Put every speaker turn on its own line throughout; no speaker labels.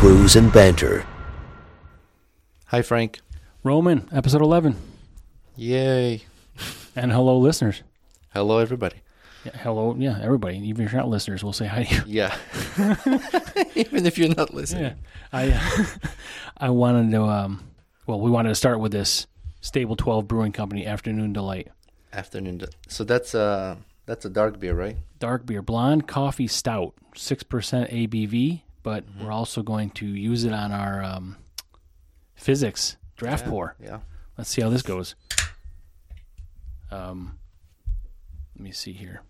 Brews and Banter.
Hi, Frank.
Roman, episode 11.
Yay.
And hello, listeners.
Hello, everybody.
Yeah, hello, yeah, everybody. Even if you're not listeners, we'll say hi to you.
Yeah. Even if you're not listening.
Yeah. I, uh, I wanted to, um, well, we wanted to start with this Stable 12 Brewing Company Afternoon Delight.
Afternoon. d- So that's a that's a dark beer, right?
Dark beer, blonde coffee stout, 6% ABV, but we're also going to use it on our um, physics draft pour.
Yeah.
Let's see how this goes. Um, let me see here.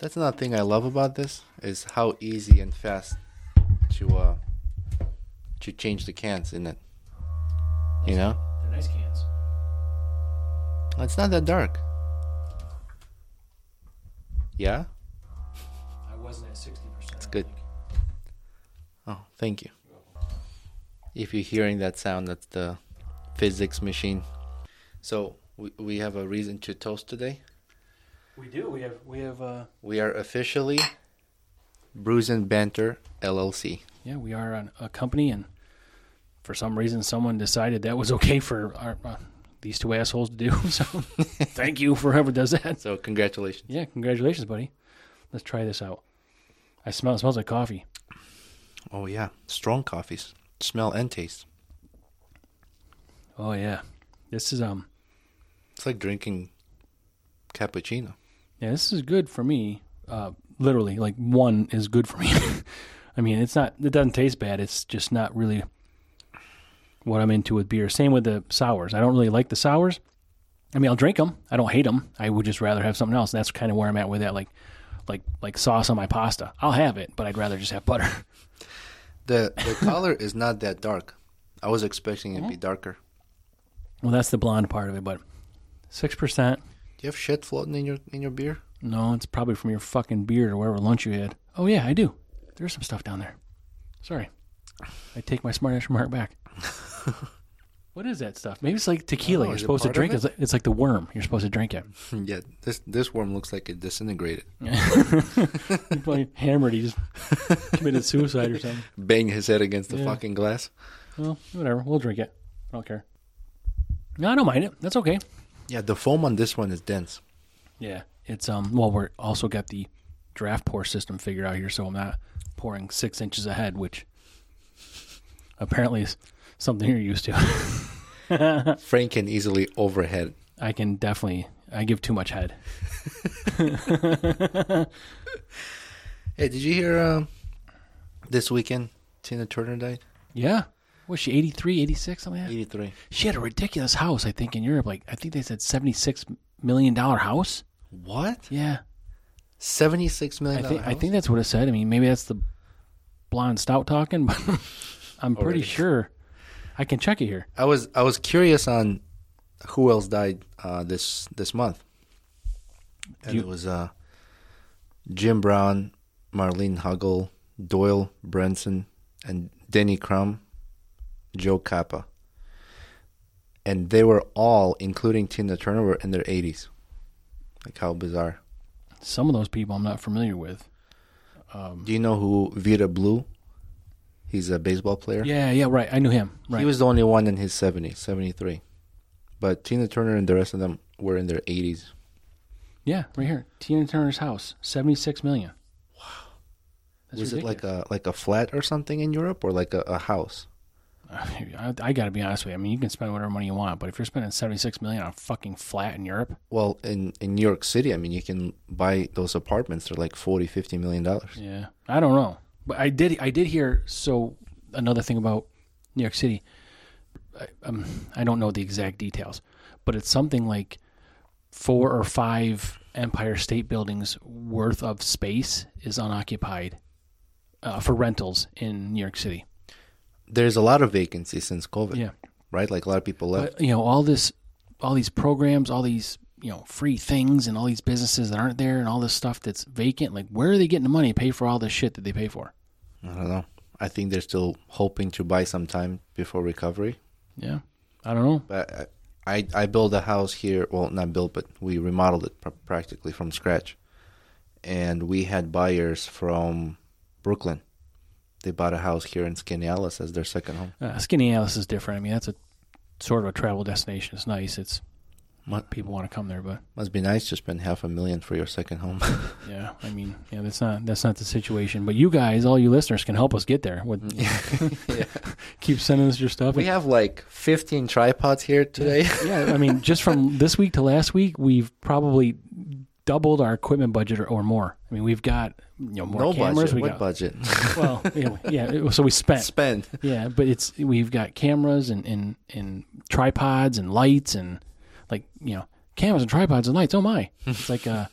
That's another thing I love about this is how easy and fast to uh to change the cans in it. You know,
They're nice cans.
it's not that dark. Yeah,
I wasn't at 60%. It's
good. Oh, thank you. If you're hearing that sound, that's the physics machine. So we, we have a reason to toast today.
We do. We have, we have, uh,
We are officially Brews and Banter LLC.
Yeah, we are an, a company, and for some reason, someone decided that was okay for our, uh, these two assholes to do. So, thank you for whoever does that.
So congratulations.
Yeah, congratulations, buddy. Let's try this out. I smell. It smells like coffee.
Oh yeah, strong coffees, smell and taste.
Oh yeah, this is um.
It's like drinking cappuccino.
Yeah, this is good for me. Uh, literally, like one is good for me. I mean, it's not. It doesn't taste bad. It's just not really what I'm into with beer. Same with the sours. I don't really like the sours. I mean, I'll drink them. I don't hate them. I would just rather have something else. That's kind of where I'm at with that. Like, like, like sauce on my pasta. I'll have it, but I'd rather just have butter.
The the color is not that dark. I was expecting it to be darker.
well, that's the blonde part of it. But six percent.
Do you have shit floating in your in your beer?
No, it's probably from your fucking beard or whatever lunch you had. Oh yeah, I do. There's some stuff down there. Sorry. I take my smart ass remark back. what is that stuff? Maybe it's like tequila.
know.
You're
Oh, Is it
supposed to
part of
drink
it?
it. It's like- It's like the worm. You're supposed to drink it.
yeah, this this worm looks like it disintegrated.
He's probably hammered. He just committed suicide or something.
Bang his head against the fucking glass.
Well, whatever. We'll drink it. I don't care. No, I don't mind it. That's okay.
Yeah, the foam on this one is dense.
Yeah, it's um. Well, we're also got the draft pour system figured out here, so I'm not pouring six inches ahead, which apparently is something you're used to.
Frank can easily overhead.
I can definitely. I give too much head.
Hey, did you hear um, this weekend Tina Turner died?
Yeah. Was she 83, 86, something like that?
83.
She had a ridiculous house, I think, in Europe. Like, I think they said $76 million house.
What?
Yeah.
76
I
million
think, I think that's what it said. I mean, maybe that's the blonde stout talking, but I'm pretty sure. I can check it here.
I was I was curious on who else died uh, this this month. And
You-
it was uh, Jim Brown, Marlene Huggle, Doyle Branson, and Denny Crum, Joe Kappa. And they were all, including Tina Turner, were in their eighties. Like how bizarre.
Some of those people I'm not familiar with. Um,
Do you know who Vita Blue? He's a baseball player.
Yeah, yeah, right. I knew him. Right.
He was the only one in his 70s, 73. But Tina Turner and the rest of them were in their 80s.
yeah, right here. Tina Turner's house, 76 million. Wow. That's
was it like a like a flat or something in Europe or like a, a house?
I, I got to be honest with you. I mean, you can spend whatever money you want, but if you're spending 76 million on a fucking flat in Europe,
Well, in, in New York City, I mean, you can buy those apartments. They're like 40, 50 million dollars.
Yeah, I don't know, but I did. I did hear. So another thing about New York City, I, um, I don't know the exact details, but it's something like four or five Empire State Buildings worth of space is unoccupied uh, for rentals in New York City.
There's a lot of vacancies since COVID.
Yeah.
Right? Like a lot of people left.
But, you know, all this, all these programs, all these you know free things, and all these businesses that aren't there, and all this stuff that's vacant. Like, where are they getting the money to pay for all this shit that they pay for?
I don't know. I think they're still hoping to buy some time before recovery.
Yeah, I don't know.
But uh, I, I, I built a house here. Well, not built, but we remodeled it pr- practically from scratch. And we had buyers from Brooklyn. They bought a house here in Skaneateles as their second home.
Uh, Skinny Alice is different. I mean, that's a sort of a travel destination. It's nice. It's
What?
people want to come there, but
Must be nice to spend half a million for your second home.
yeah, I mean, yeah, that's not that's not the situation. But you guys, all you listeners, can help us get there. With, Keep sending us your stuff.
Mm. we have like 15 tripods here today.
yeah, I mean, just from this week to last week, we've probably doubled our equipment budget or, or more. I mean, we've got you know more
no
cameras.
budget.
We
What
got
budget?
well, yeah, yeah. it- So we spent.
Spend.
Yeah, but it's we've got cameras and and and tripods and lights and like you know cameras and tripods and lights. Oh my! It's like uh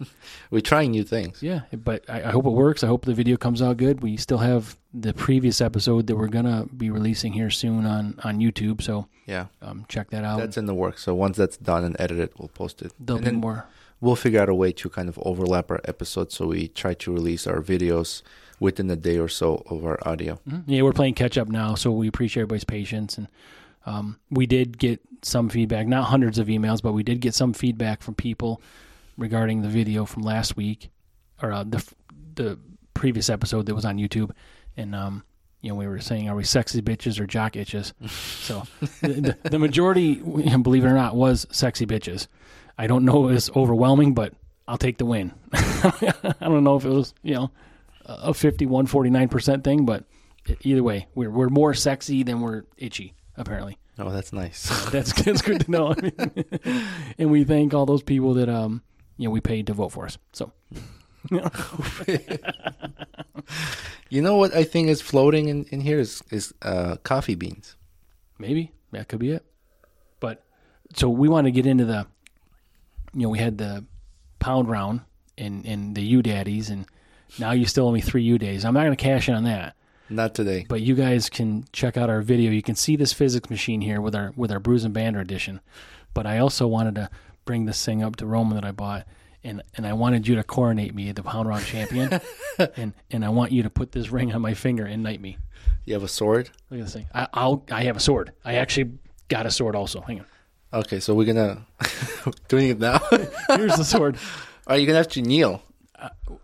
We're trying new things.
yeah, but I, I hope it works. I hope the video comes out good. We still have the previous episode that we're gonna be releasing here soon on on YouTube. So
Yeah.
um check that out.
That's in the works. So once that's done and edited, we'll post it.
There'll
and
be
then
more.
we'll figure out a way to kind of overlap our episodes so we try to release our videos within a day or so of our audio.
Mhm. Yeah, we're playing catch up now, so we appreciate everybody's patience. And um, we did get some feedback, not hundreds of emails, but we did get some feedback from people regarding the video from last week or uh, the the previous episode that was on YouTube. And um, you know, we were saying, are we sexy bitches or jock itches? so the, the, the majority, believe it or not, was sexy bitches. I don't know if it's overwhelming, but I'll take the win. I don't know if it was, you know, a 51, 49% thing, but either way, we're we're more sexy than we're itchy. Apparently,
Oh, that's nice.
that's that's good to know. I mean, and we thank all those people that um you know we paid to vote for us. So
you know what I think is floating in, in here is, is uh, coffee beans.
maybe that could be it. But so we want to get into the you know we had the pound round and and the U daddies and now you still owe me three U days. I'm not going to cash in on that.
Not today.
But you guys can check out our video. You can see this physics machine here with our with our Bruise and Bander edition. But I also wanted to bring this thing up to Roman that I bought, and and I wanted you to coronate me the Pound Round champion, and and I want you to put this ring on my finger and knight me.
You have a sword?
Look at this thing. I, I'll I have a sword. I actually got a sword also. Hang on.
Okay, so we're gonna doing it now.
Here's the sword.
Are you gonna have to kneel?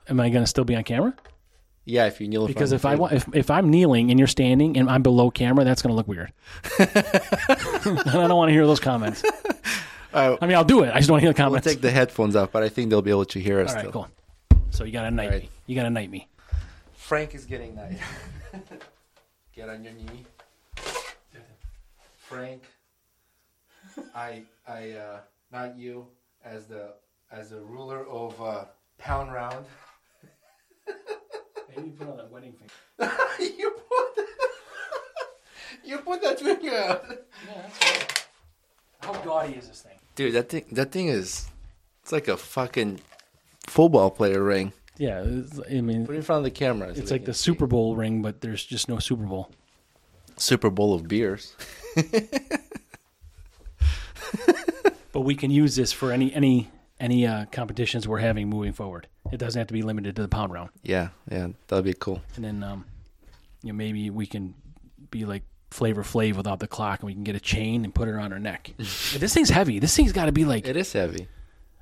Am I going to still be on camera?
Yeah, if you kneel. in front
Because
of
if
the
I
table.
want, if, if I'm kneeling and you're standing and I'm below camera, that's going to look weird. And I don't want to hear those comments.
All right,
I mean, I'll do it. I just don't want to hear the
Uh, we'll
comments.
take the headphones off, but I think they'll be able to hear us.
All right,
still.
cool. So you gotta knight
All right.
me. You gotta knight me.
Frank is getting that. Get on your knee. Frank, I, I, uh, not you, as the, as the ruler of uh, pound round.
Maybe put on that wedding finger.
you put, that, you put that finger out.
Yeah, that's right. How gaudy is this thing?
Dude, that thing, that thing is, it's like a fucking football player ring.
Yeah, it's, I mean,
Put it in front of the camera. so
it's
they
like
can
the
see.
Super Bowl ring, but there's just no Super Bowl.
Super Bowl of beers.
But we can use this for any any any uh, competitions we're having moving forward. It doesn't have to be limited to the pound round.
Yeah, yeah, that'd be cool.
And then, um, you know, maybe we can be like Flavor Flav without the clock, and we can get a chain and put it around our neck. But this thing's heavy. This thing's got to be like
It is heavy,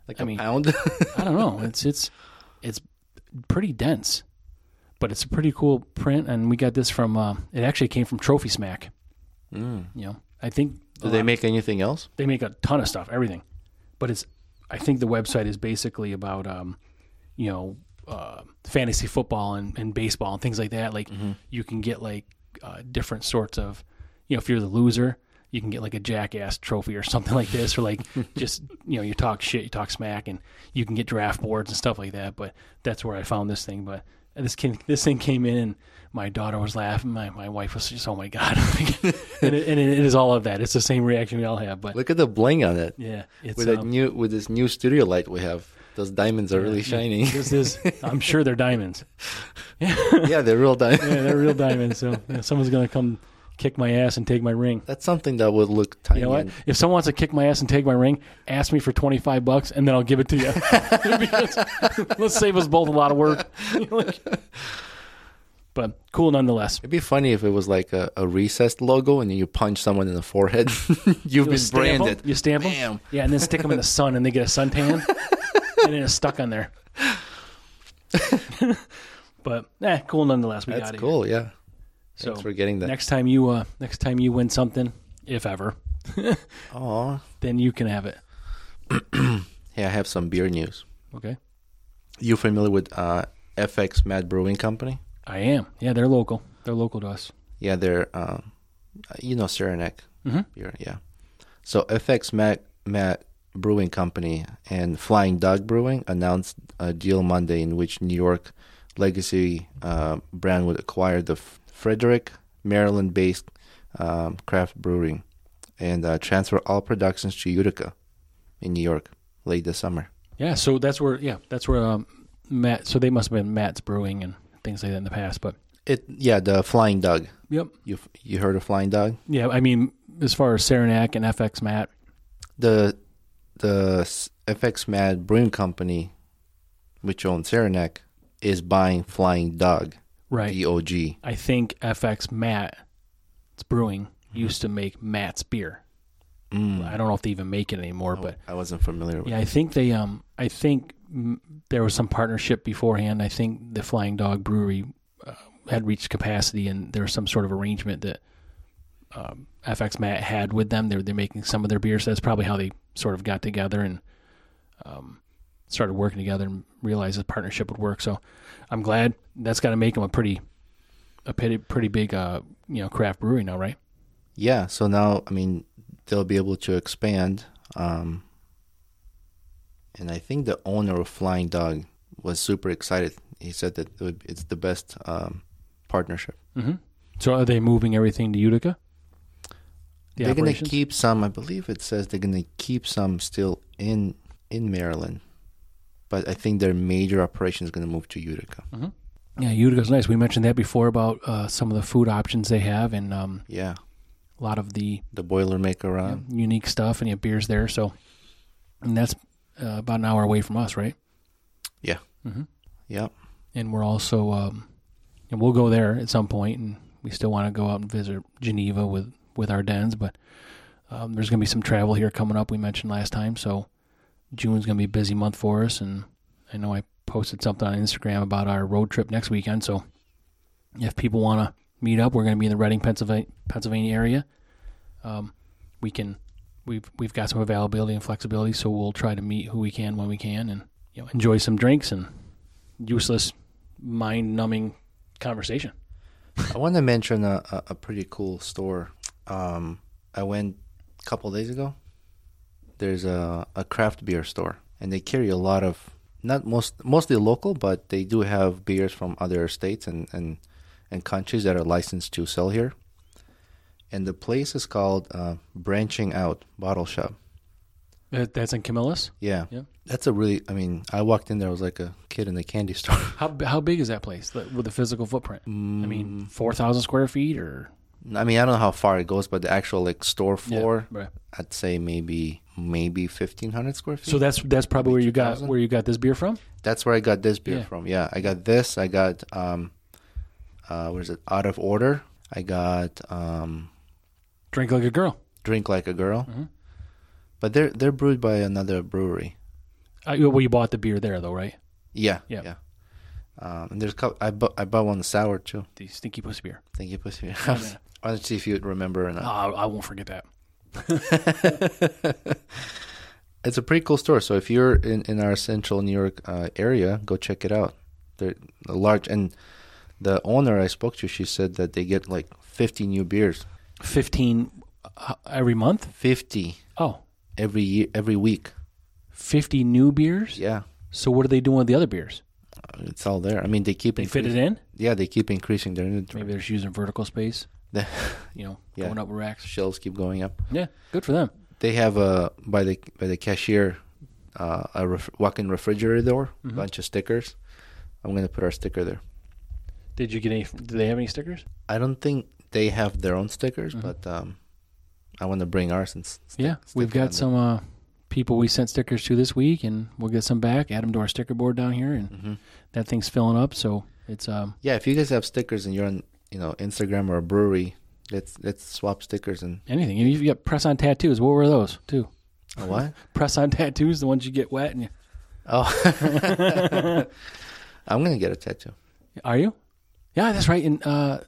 like a
mean-
pound.
I don't know. It's it's it's pretty dense, but it's a pretty cool print. And we got this from uh, it actually came from Trophy Smack. Mm. You know, I think
Do they make anything else?
they make a ton of stuff, everything. But it's I think the website is basically about um, you know uh, fantasy football and, and baseball and things like that. Like you can get like uh, different sorts of you know if you're the loser. You can get like a jackass trophy or something like this, or like just you know you talk shit, you talk smack, and you can get draft boards and stuff like that. But that's where I found this thing. But this can, this thing came in, and my daughter was laughing. My, my wife was just oh my god, and, it, and it is all of that. It's the same reaction we all have. But
Look at the bling on it.
yeah, it's
With
um,
that new with this new studio light we have. Those diamonds are really shiny.
this is. I'm sure they're diamonds.
yeah, they're real diamonds.
Yeah, they're real diamonds. So yeah, someone's gonna come kick my ass and take my ring.
That's something that would look tiny.
You know what?
and-
If someone wants to kick my ass and take my ring, ask me for twenty five bucks, and then I'll give it to you. Because- let's save us both a lot of work. but cool nonetheless.
It'd be funny if it was like a, a recessed logo and you punch someone in the forehead. You've been
stamp 'em.
branded.
You stamp them.
Bam.
Yeah, and then stick them in the sun, and they get a suntan, and then it's stuck on there. but eh, cool nonetheless. We
That's
got it.
cool, yeah.
So
Thanks for getting that.
next time you uh, next time you win something, if ever,
Oh,
then you can have it.
hey, I have some beer news.
Okay,
You familiar with uh, FX Mad Brewing Company?
I am. Yeah, they're local. They're local to us.
Yeah, they're um, you know Saranac
Mhm.
beer. Yeah. So FX Mac Mac Brewing Company and Flying Dog Brewing announced a deal Monday in which New York legacy uh, brand would acquire the F- Frederick, Maryland-based um, craft brewing and uh, transfer all productions to Utica in New York late this summer.
Yeah, so that's where yeah that's where um, Matt. So they must have been Matt's Brewing and things like that in the past. But
It yeah, the Flying Dog.
yep,
You you heard of Flying Dog?
yeah. I mean, as far as Saranac and FX Matt,
the the S- FX Mad Brewing Company, which owns Saranac, is buying Flying Dog,
right?
D O G.
I think FX Matt, it's Brewing used to make Matt's beer.
Mm-hmm. Mm, Oh.
I don't know if they even make it anymore, but
I wasn't familiar with.
Yeah, I think they. Um, I think mm, there was some partnership beforehand. I think the Flying Dog Brewery uh, had reached capacity, and there was some sort of arrangement that um, FX Matt had with them. They're they're making some of their beers. That's probably how they sort of got together and um, started working together and realized the partnership would work. So I'm glad that's got to make them a pretty a pretty pretty big uh, you know craft brewery now, right?
Yeah, so now I mean they'll be able to expand, um, and I think the owner of Flying Dog was super excited. He said that it would, it's the best um, partnership.
Mm-hmm. So are they moving everything to Utica? The
they're going to
operations?
keep some. I believe it says they're going to keep some still in in Maryland, but I think their major operation is going to move to Utica.
Yeah, Utica's nice. We mentioned that before about uh, some of the food options they have and um,
Yeah,
a lot of the
the Boilermaker uh,
you know,
Run.
unique stuff and you have beers there. So, and that's uh, about an hour away from us, right?
Yeah.
hmm
Yep.
And we're also, um, and we'll go there at some point, and we still want to go out and visit Geneva with with our dens. But um, there's going to be some travel here coming up. We mentioned last time, so June's going to be a busy month for us. And I know I posted something on Instagram about our road trip next weekend. So if people want to meet up, we're going to be in the Reading, Pennsylvania, Pennsylvania area. Um, we can we've we've got some availability and flexibility, so we'll try to meet who we can when we can, and you know enjoy some drinks and useless mind numbing conversation.
I want to mention a, a, a pretty cool store. Um, I went a couple days ago. There's a, a craft beer store, and they carry a lot of not most mostly local, but they do have beers from other states and and, and countries that are licensed to sell here. And the place is called uh, Branching Out Bottle Shop.
That, that's in Camillus.
Yeah.
Yeah.
that's a really. I mean, I walked in there. I was like a kid in a candy store.
How how big is that place the, with the physical footprint? I mean, four thousand square feet or
I mean, I don't know how far it goes, but the actual like store
Yeah,
floor.
right.
I'd say maybe maybe fifteen hundred square feet.
So that's that's probably where you got
2,000?
where you got this beer from.
that's where I got this beer
Yeah.
from. Yeah, I got this. I got um, uh, what is it? Out of order. I got um,
Drink like a girl.
drink like a girl.
Mhm.
But they're they're brewed by another brewery.
Uh, well, you bought the beer there though, right?
Yeah,
Yeah.
yeah. Um, and there's a couple, I bu- I bought one sour too.
The stinky pussy beer.
Thank you, pussy.
man.
I want to see if you'd remember or not.
Oh, I I won't forget that.
It's a pretty cool store. So if you're in, in our central New York uh, area, go check it out. They're a large, and the owner I spoke to, she said that they get like 50 new beers,
Fifteen uh, every month.
50
Oh,
every year, every week.
50 new beers.
Yeah,
So what are they doing with the other beers?
it's all there. I mean, they keep
They fit it
increasing-
in.
Yeah, they keep increasing their
Maybe
inventory.
they're just using vertical space.
The
You know,
Yeah.
going up racks.
shelves keep going up.
Yeah, good for them.
They have a by the by the cashier uh, a ref- walk-in refrigerator door,
Mm-hmm.
bunch of stickers. I'm gonna put our sticker there.
Did you get any? Do they have any stickers?
I don't think they have their own stickers,
Mm-hmm.
but um, I want to bring ours. And s- stick-
yeah, we've
stick it on
got
there.
some uh, people we sent stickers to this week, and we'll get some back. Add them to our sticker board down here, and
Mm-hmm.
that thing's filling up. So it's um,
Yeah, if you guys have stickers and you're on, you know, Instagram or a brewery, let's let's swap stickers and
anything. And you've got press on tattoos. What were those too?
oh, what?
Press on tattoos, the ones you get wet. And you,
oh, I'm gonna get a tattoo.
are you? Yeah, that's right. And uh,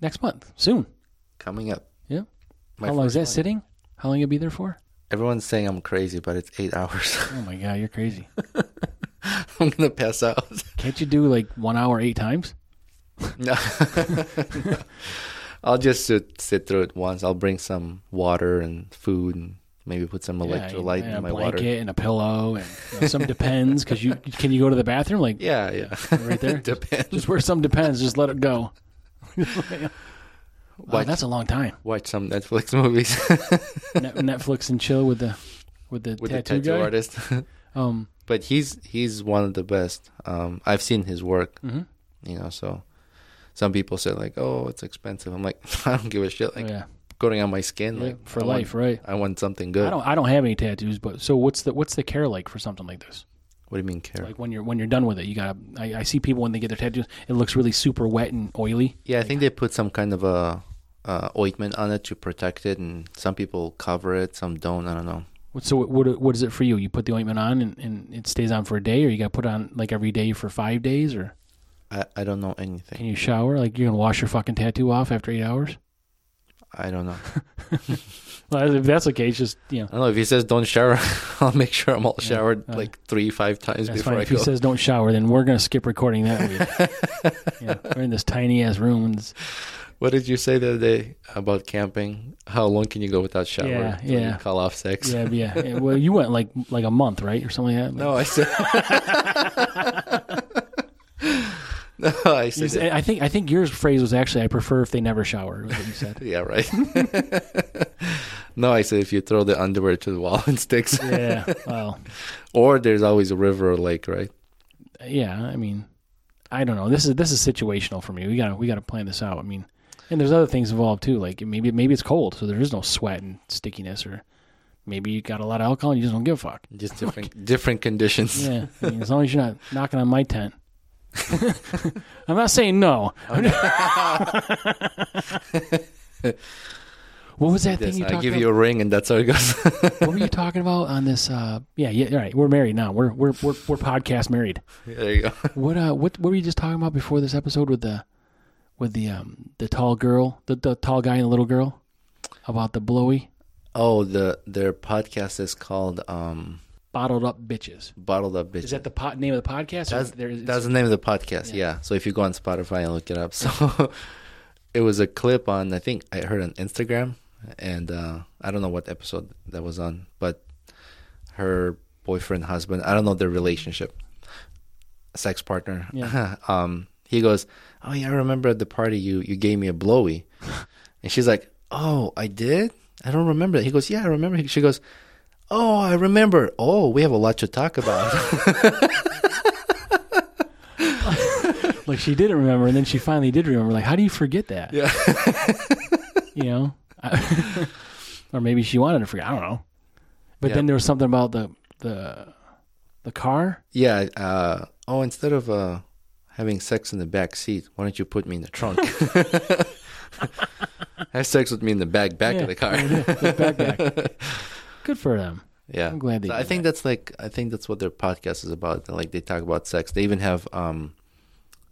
next month, soon.
Coming up.
Yeah.
My
How long is
first
that
one.
sitting? How long you be there for?
Everyone's saying I'm crazy, but it's eight hours.
Oh my god, you're crazy.
I'm gonna pass out.
Can't you do like one hour eight times?
no. I'll just sit, sit through it once. I'll bring some water and food and maybe put some electrolyte
and
in my
a blanket
water.
and a pillow and you know, some depends because you can you go to the bathroom like
Yeah, yeah.
right there.
Depends.
Just wear some depends. Just let it go. wow, that's a long time.
Watch some Netflix movies
Net, Netflix and chill with the with the
with the
tattoo
tattoo
guy.
artist.
Um,
but he's he's one of the best. Um, I've seen his work.
mhm.
You know, so some people say like, "Oh, it's expensive." I'm like, I don't give a shit. Like
yeah,
going on my skin,
Yeah,
like
for
I want-
life, right?
I want something
I
good.
don't I don't have any tattoos, but so what's the what's the care like for something like this?
What do you mean care?
Like when you're when you're done with it, you gotta. I, I see people when they get their tattoos, it looks really super wet and oily.
Yeah, I think they put some kind of a uh, ointment on it to protect it, and some people cover it, some don't. I don't know.
What- So what what, what is it for you? You put the ointment on and, and it stays on for a day, or you gotta put it on like every day for five days, or
I, I don't know
can
anything.
you shower? Like you're gonna wash your fucking tattoo off after eight hours?
I don't know.
Well, if that's the case, just you know.
I don't know if he says don't shower. I'll make sure I'm all
Yeah,
showered
uh,
like three, five times
That's
before
fine.
I
If he
go.
says don't shower, then we're gonna skip recording that week. yeah, we're in this tiny ass room. And it's-
What did you say the other day about camping? How long can you go without shower?
Yeah,
till you
yeah.
call off sex.
yeah, yeah, yeah. Well, you went like like a month, right, or something like that.
No, I said. no, I
You
said.
said- I think I think your phrase was actually I prefer if they never shower. was what you said.
Yeah, right. no, I said if you throw the underwear to the wall and sticks,
yeah. Well.
or there's always a river or lake, right?
Yeah. I mean, I don't know. This is this is situational for me. We gotta we gotta plan this out. I mean, and there's other things involved too. Like maybe maybe it's cold, so there is no sweat and stickiness, or maybe you got a lot of alcohol and you just don't give a fuck.
Just different different conditions.
Yeah. I mean, as long as you're not knocking on my tent. I'm not saying no. what was that
This,
thing you
I
talked
give
about?
you a ring, and that's how it goes.
what were you talking about on this? Uh, yeah, yeah. All right, we're married now. We're we're we're, we're podcast married.
there you go.
What uh, what what were you just talking about before this episode with the with the um the tall girl, the the tall guy and the little girl about the blowy
Oh, the their podcast is called um,
bottled up bitches.
Bottled Up Bitches.
Is that the pot name of the podcast? Or
That's,
there is-
that's the name of the podcast. Yeah. So if you go on Spotify and look it up, so it was a clip on I think I heard on Instagram, and uh, I don't know what episode that was on, but her boyfriend, husband, I don't know their relationship, sex partner.
Yeah.
um, he goes, "Oh yeah, I remember at the party you you gave me a blowy," and she's like, "Oh, I did." I don't remember that. He goes, "Yeah, I remember." She goes, "Oh, I remember. Oh, we have a lot to talk about."
like she didn't remember, and then she finally did remember. Like, how do you forget that?
Yeah.
you know, I- or maybe she wanted to forget. I don't know. But
Yeah.
then there was something about the the the car.
Yeah. Uh, oh, instead of uh, having sex in the back seat, why don't you put me in the trunk? Have sex with me in the back back
Yeah,
of the car.
yeah, the backpack. Good for them.
yeah.
I'm glad they
So I
did
think that's like I think that's what their podcast is about. Like they talk about sex. They even have um,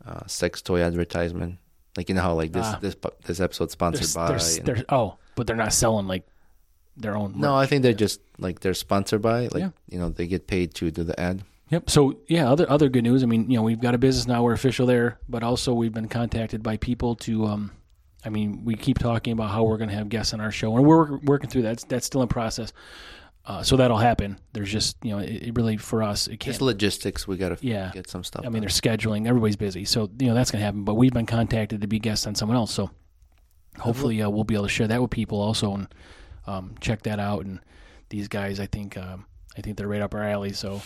uh, sex toy advertisement. Like you know how like this
Ah.
this po- this episode sponsored
They're-
by.
they're-
and-
they're- oh, but they're not selling like their own.
no,
merch.
I think they're just like they're sponsored by. Like
Yeah.
you know they get paid to do the ad.
Yep. So yeah, other other good news. I mean, you know, we've got a business now. We're official there, but also we've been contacted by people to. Um, I mean, we keep talking about how we're going to have guests on our show, and we're working through that. That's, that's still in process. Uh, so that'll happen. There's just you know, it, it really for us, it can't.
Just logistics. We gotta
Yeah.
get some stuff.
I mean, they're scheduling. Everybody's busy, so you know that's going to happen. But we've been contacted to be guests on someone else, so hopefully uh, we'll be able to share that with people also and um, check that out. And these guys, I think, um, I think they're right up our alley. So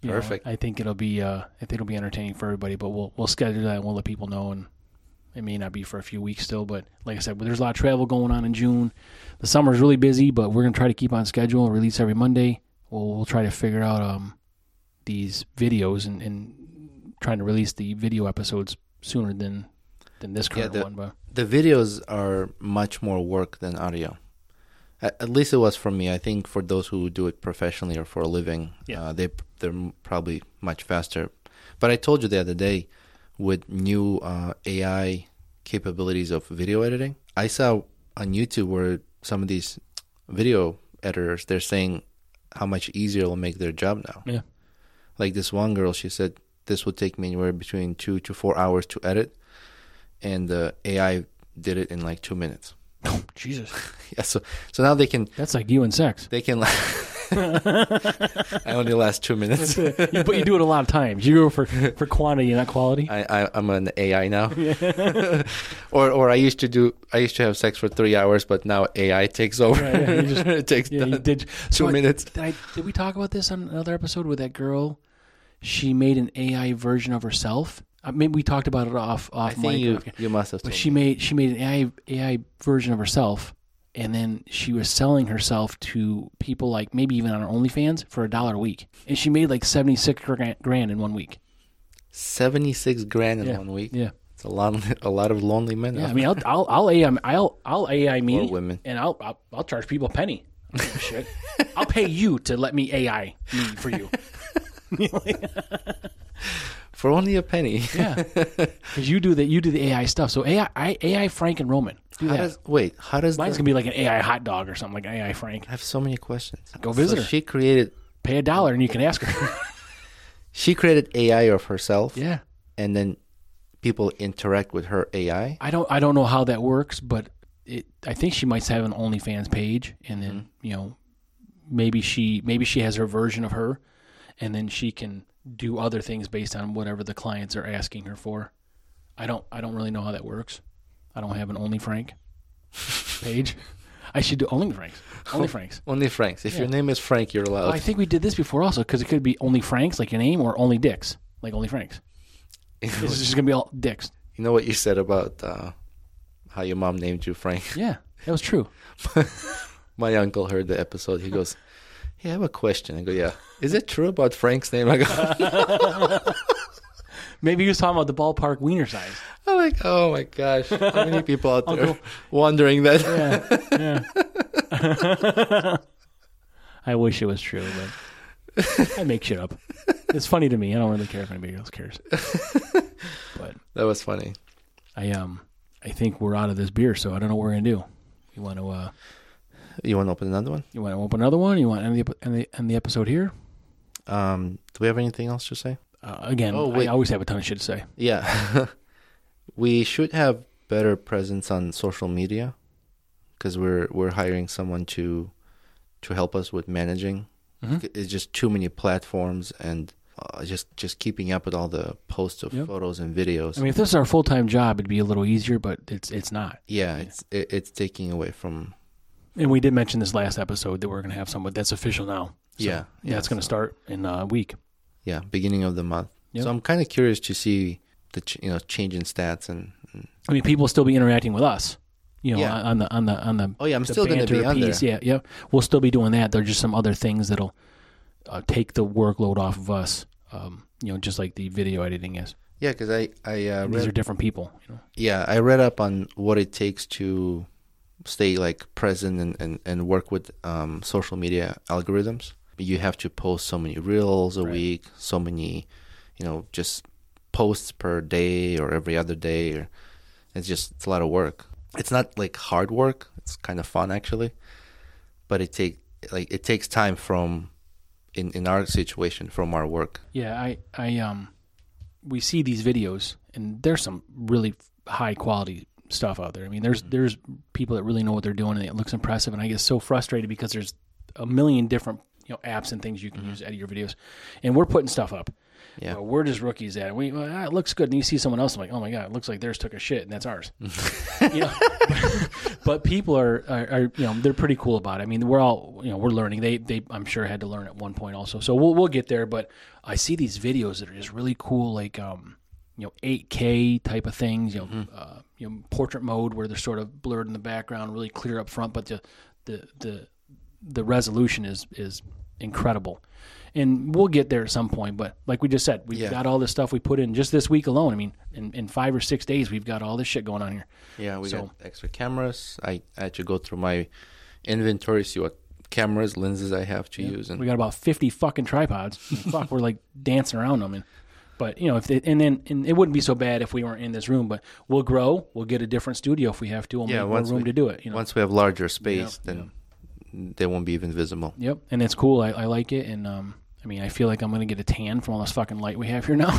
you know,
Perfect.
I think it'll be, uh, I think it'll be entertaining for everybody. But we'll we'll schedule that and we'll let people know. And it may not be for a few weeks still, but like I said, there's a lot of travel going on in June. The summer's really busy, but we're going to try to keep on schedule. Release every Monday. We'll we'll try to figure out um these videos and, and trying to release the video episodes sooner than than this current
the-
one. But
the videos are much more work than audio. At, at least it was for me. I think for those who do it professionally or for a living,
Yeah.
uh, they they're m- probably much faster. But I told you the other day with new uh, AI capabilities of video editing. I saw on YouTube where some of these video editors they're saying how much easier it'll make their job now.
Yeah.
Like this one girl, she said this would take me anywhere between two to four hours to edit, and the AI did it in like two minutes.
Oh, Jesus.
Yeah, so so now they can
That's like you and sex.
they can. I only last two minutes.
You- but you do it a lot of times. You go for, for quantity, not quality.
I, I I'm an AI now. or or I used to do I used to have sex for three hours, but now AI takes over.
Right, yeah, you just-
it takes
yeah, you
the-
did.
two
So I-
minutes.
Did, I, did we talk about this on another episode with that girl? She made an AI version of herself. Uh, maybe we talked about it off
I
off
think
mic.
you you must have.
but
told
she
me.
made she made an AI AI version of herself, and then she was selling herself to people like maybe even on her OnlyFans for a dollar a week, and she made like seventy six grand, grand in one week.
seventy six grand in
Yeah,
one week.
Yeah,
It's a lot a lot of lonely men.
yeah.
out
I mean, I'll I'll, I'll AI I'll I'll AI
there,
me
or women.
and I'll, I'll I'll charge people a penny. I don't give a Shit, I'll pay you to let me AI me for you.
For only a penny.
Yeah, because you do that. You do the AI stuff. So AI, I, AI Frank and Roman. Do
How
that.
does wait? How does
Mine's
the,
gonna be like an AI hot dog or something like AI Frank.
I have so many questions.
Go visit
So
her.
She created
Pay a dollar and you can ask her.
she created AI of herself,
yeah,
and then people interact with her AI.
I don't I don't know how that works, but it I think she might have an OnlyFans page, and then you know maybe she maybe she has her version of her, and then she can do other things based on whatever the clients are asking her for. I don't I don't really know how that works. I don't have an Only Frank page. I should do Only Franks. Only Franks.
Only Franks. If your name is Frank, you're allowed.
Well, I think we did this before also because it could be Only Franks like your name or Only Dicks like Only Franks. This is just gonna be all dicks.
You know what you said about uh, how your mom named you Frank?
Yeah, that was true.
My uncle heard the episode. He goes, Hey, I have a question. I go, Yeah. Is it true about Frank's name? I go,
Maybe he was talking about the ballpark wiener size.
I'm like, Oh my gosh. How many people out there wondering that?
yeah, yeah. I wish it was true, but I make shit up. It's funny to me. I don't really care if anybody else cares. But
That was funny.
I um I think we're out of this beer, so I don't know what we're gonna do. You want to uh
You want to open another one?
you want to open another one? You want to end the ep- end the, end the episode here?
Um, do we have anything else to say?
Uh, again,
Oh,
I
wait.
always have a ton of shit to say.
Yeah. we should have better presence on social media because we're, we're hiring someone to to help us with managing.
Mhm.
It's just too many platforms and uh, just just keeping up with all the posts of
Yep.
photos and videos.
I mean, if this is our full time job, it'd be a little easier, but it's it's not.
yeah, it's it, it's taking away from
And we did mention this last episode that we're gonna have someone that's official now. So,
yeah
yeah, it's gonna
so-
start in a week.
yeah beginning of the month.
Yep.
So I'm kind of curious to see the ch- you know change in stats and, and
I mean, people will still be interacting with us, you know,
Yeah.
on the on the on the.
oh yeah, I'm
the
still going to
banter
be on there.
piece. Yeah, yeah, we'll still be doing that. There are just some other things that'll uh, take the workload off of us. Um, you know, just like the video editing is.
Yeah, because I I uh,
These
read,
are different people. You know,
yeah I read up on what it takes to stay like present and and, and work with um, social media algorithms. You have to post so many reels a
Right.
week, so many you know just posts per day or every other day. Or it's just it's a lot of work. It's not like hard work. It's kind of fun actually, but it take like it takes time from in in our situation from our work.
yeah, I I um, we see these videos, and there's some really high quality stuff out there. I mean, there's there's people that really know what they're doing, and it looks impressive. And I get so frustrated because there's a million different you know apps and things you can use out of your videos, and we're putting stuff up.
Yeah.
Well, we're just rookies at it. We well, ah, it looks good, and you see someone else, I'm like, oh my god, it looks like theirs took a shit, and that's ours. you know? but people are, are are you know they're pretty cool about it. I mean, we're all you know we're learning. They they I'm sure had to learn at one point also. So we'll we'll get there. But I see these videos that are just really cool, like um you know 8K type of things. You know uh, you know portrait mode where they're sort of blurred in the background, really clear up front, but the the the the resolution is is incredible. And we'll get there at some point, but like we just said, we've
Yeah.
got all this stuff we put in just this week alone. I mean, in, in five or six days, we've got all this shit going on here.
Yeah, we
So-
got extra cameras. I, I had to go through my inventory, see what cameras, lenses I have to use, and
We got about 50 fucking tripods. And fuck, we're like dancing around them. And But you know, if they, and then and it wouldn't be so bad if we weren't in this room. But we'll grow. We'll get a different studio if we have to. We'll
Yeah,
make more
once
room
we-
to do it. You know.
Once we have larger space,
Yeah,
then they won't be even visible.
Yep, and it's cool. I, I like it, and um, I mean, I feel like I'm gonna get a tan from all this fucking light we have here now.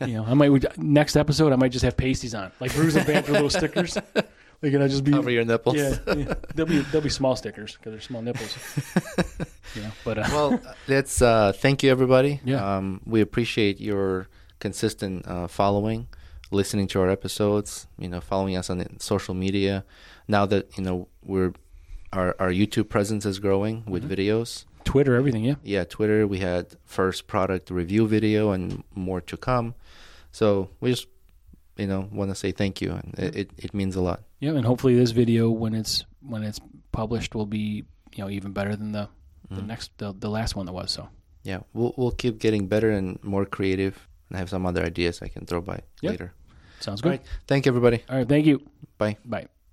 you know, I might next episode I might just have pasties on, like Bruce and Banter little stickers. Like, and I just be
Cover your nipples.
yeah, yeah, they'll be they'll be small stickers because they're small nipples. you know, but uh,
well, that's uh, thank you, everybody.
Yeah.
Um, we appreciate your consistent uh, following, listening to our episodes. You know, following us on the social media. Now that you know we're our our YouTube presence is growing with
Mm-hmm.
videos.
Twitter, everything, yeah.
Yeah, Twitter. We had first product review video and more to come. So we just you know want to say thank you, and it, it, it means a lot.
Yeah, and hopefully this video when it's when it's published will be you know even better than the the
Mm-hmm.
next the, the last one that was. So
Mm. Yeah, we'll we'll keep getting better and more creative, and I have some other ideas I can throw by
Yeah.
later.
sounds good.
All right, thank you, everybody.
All right thank you.
Bye.
Bye.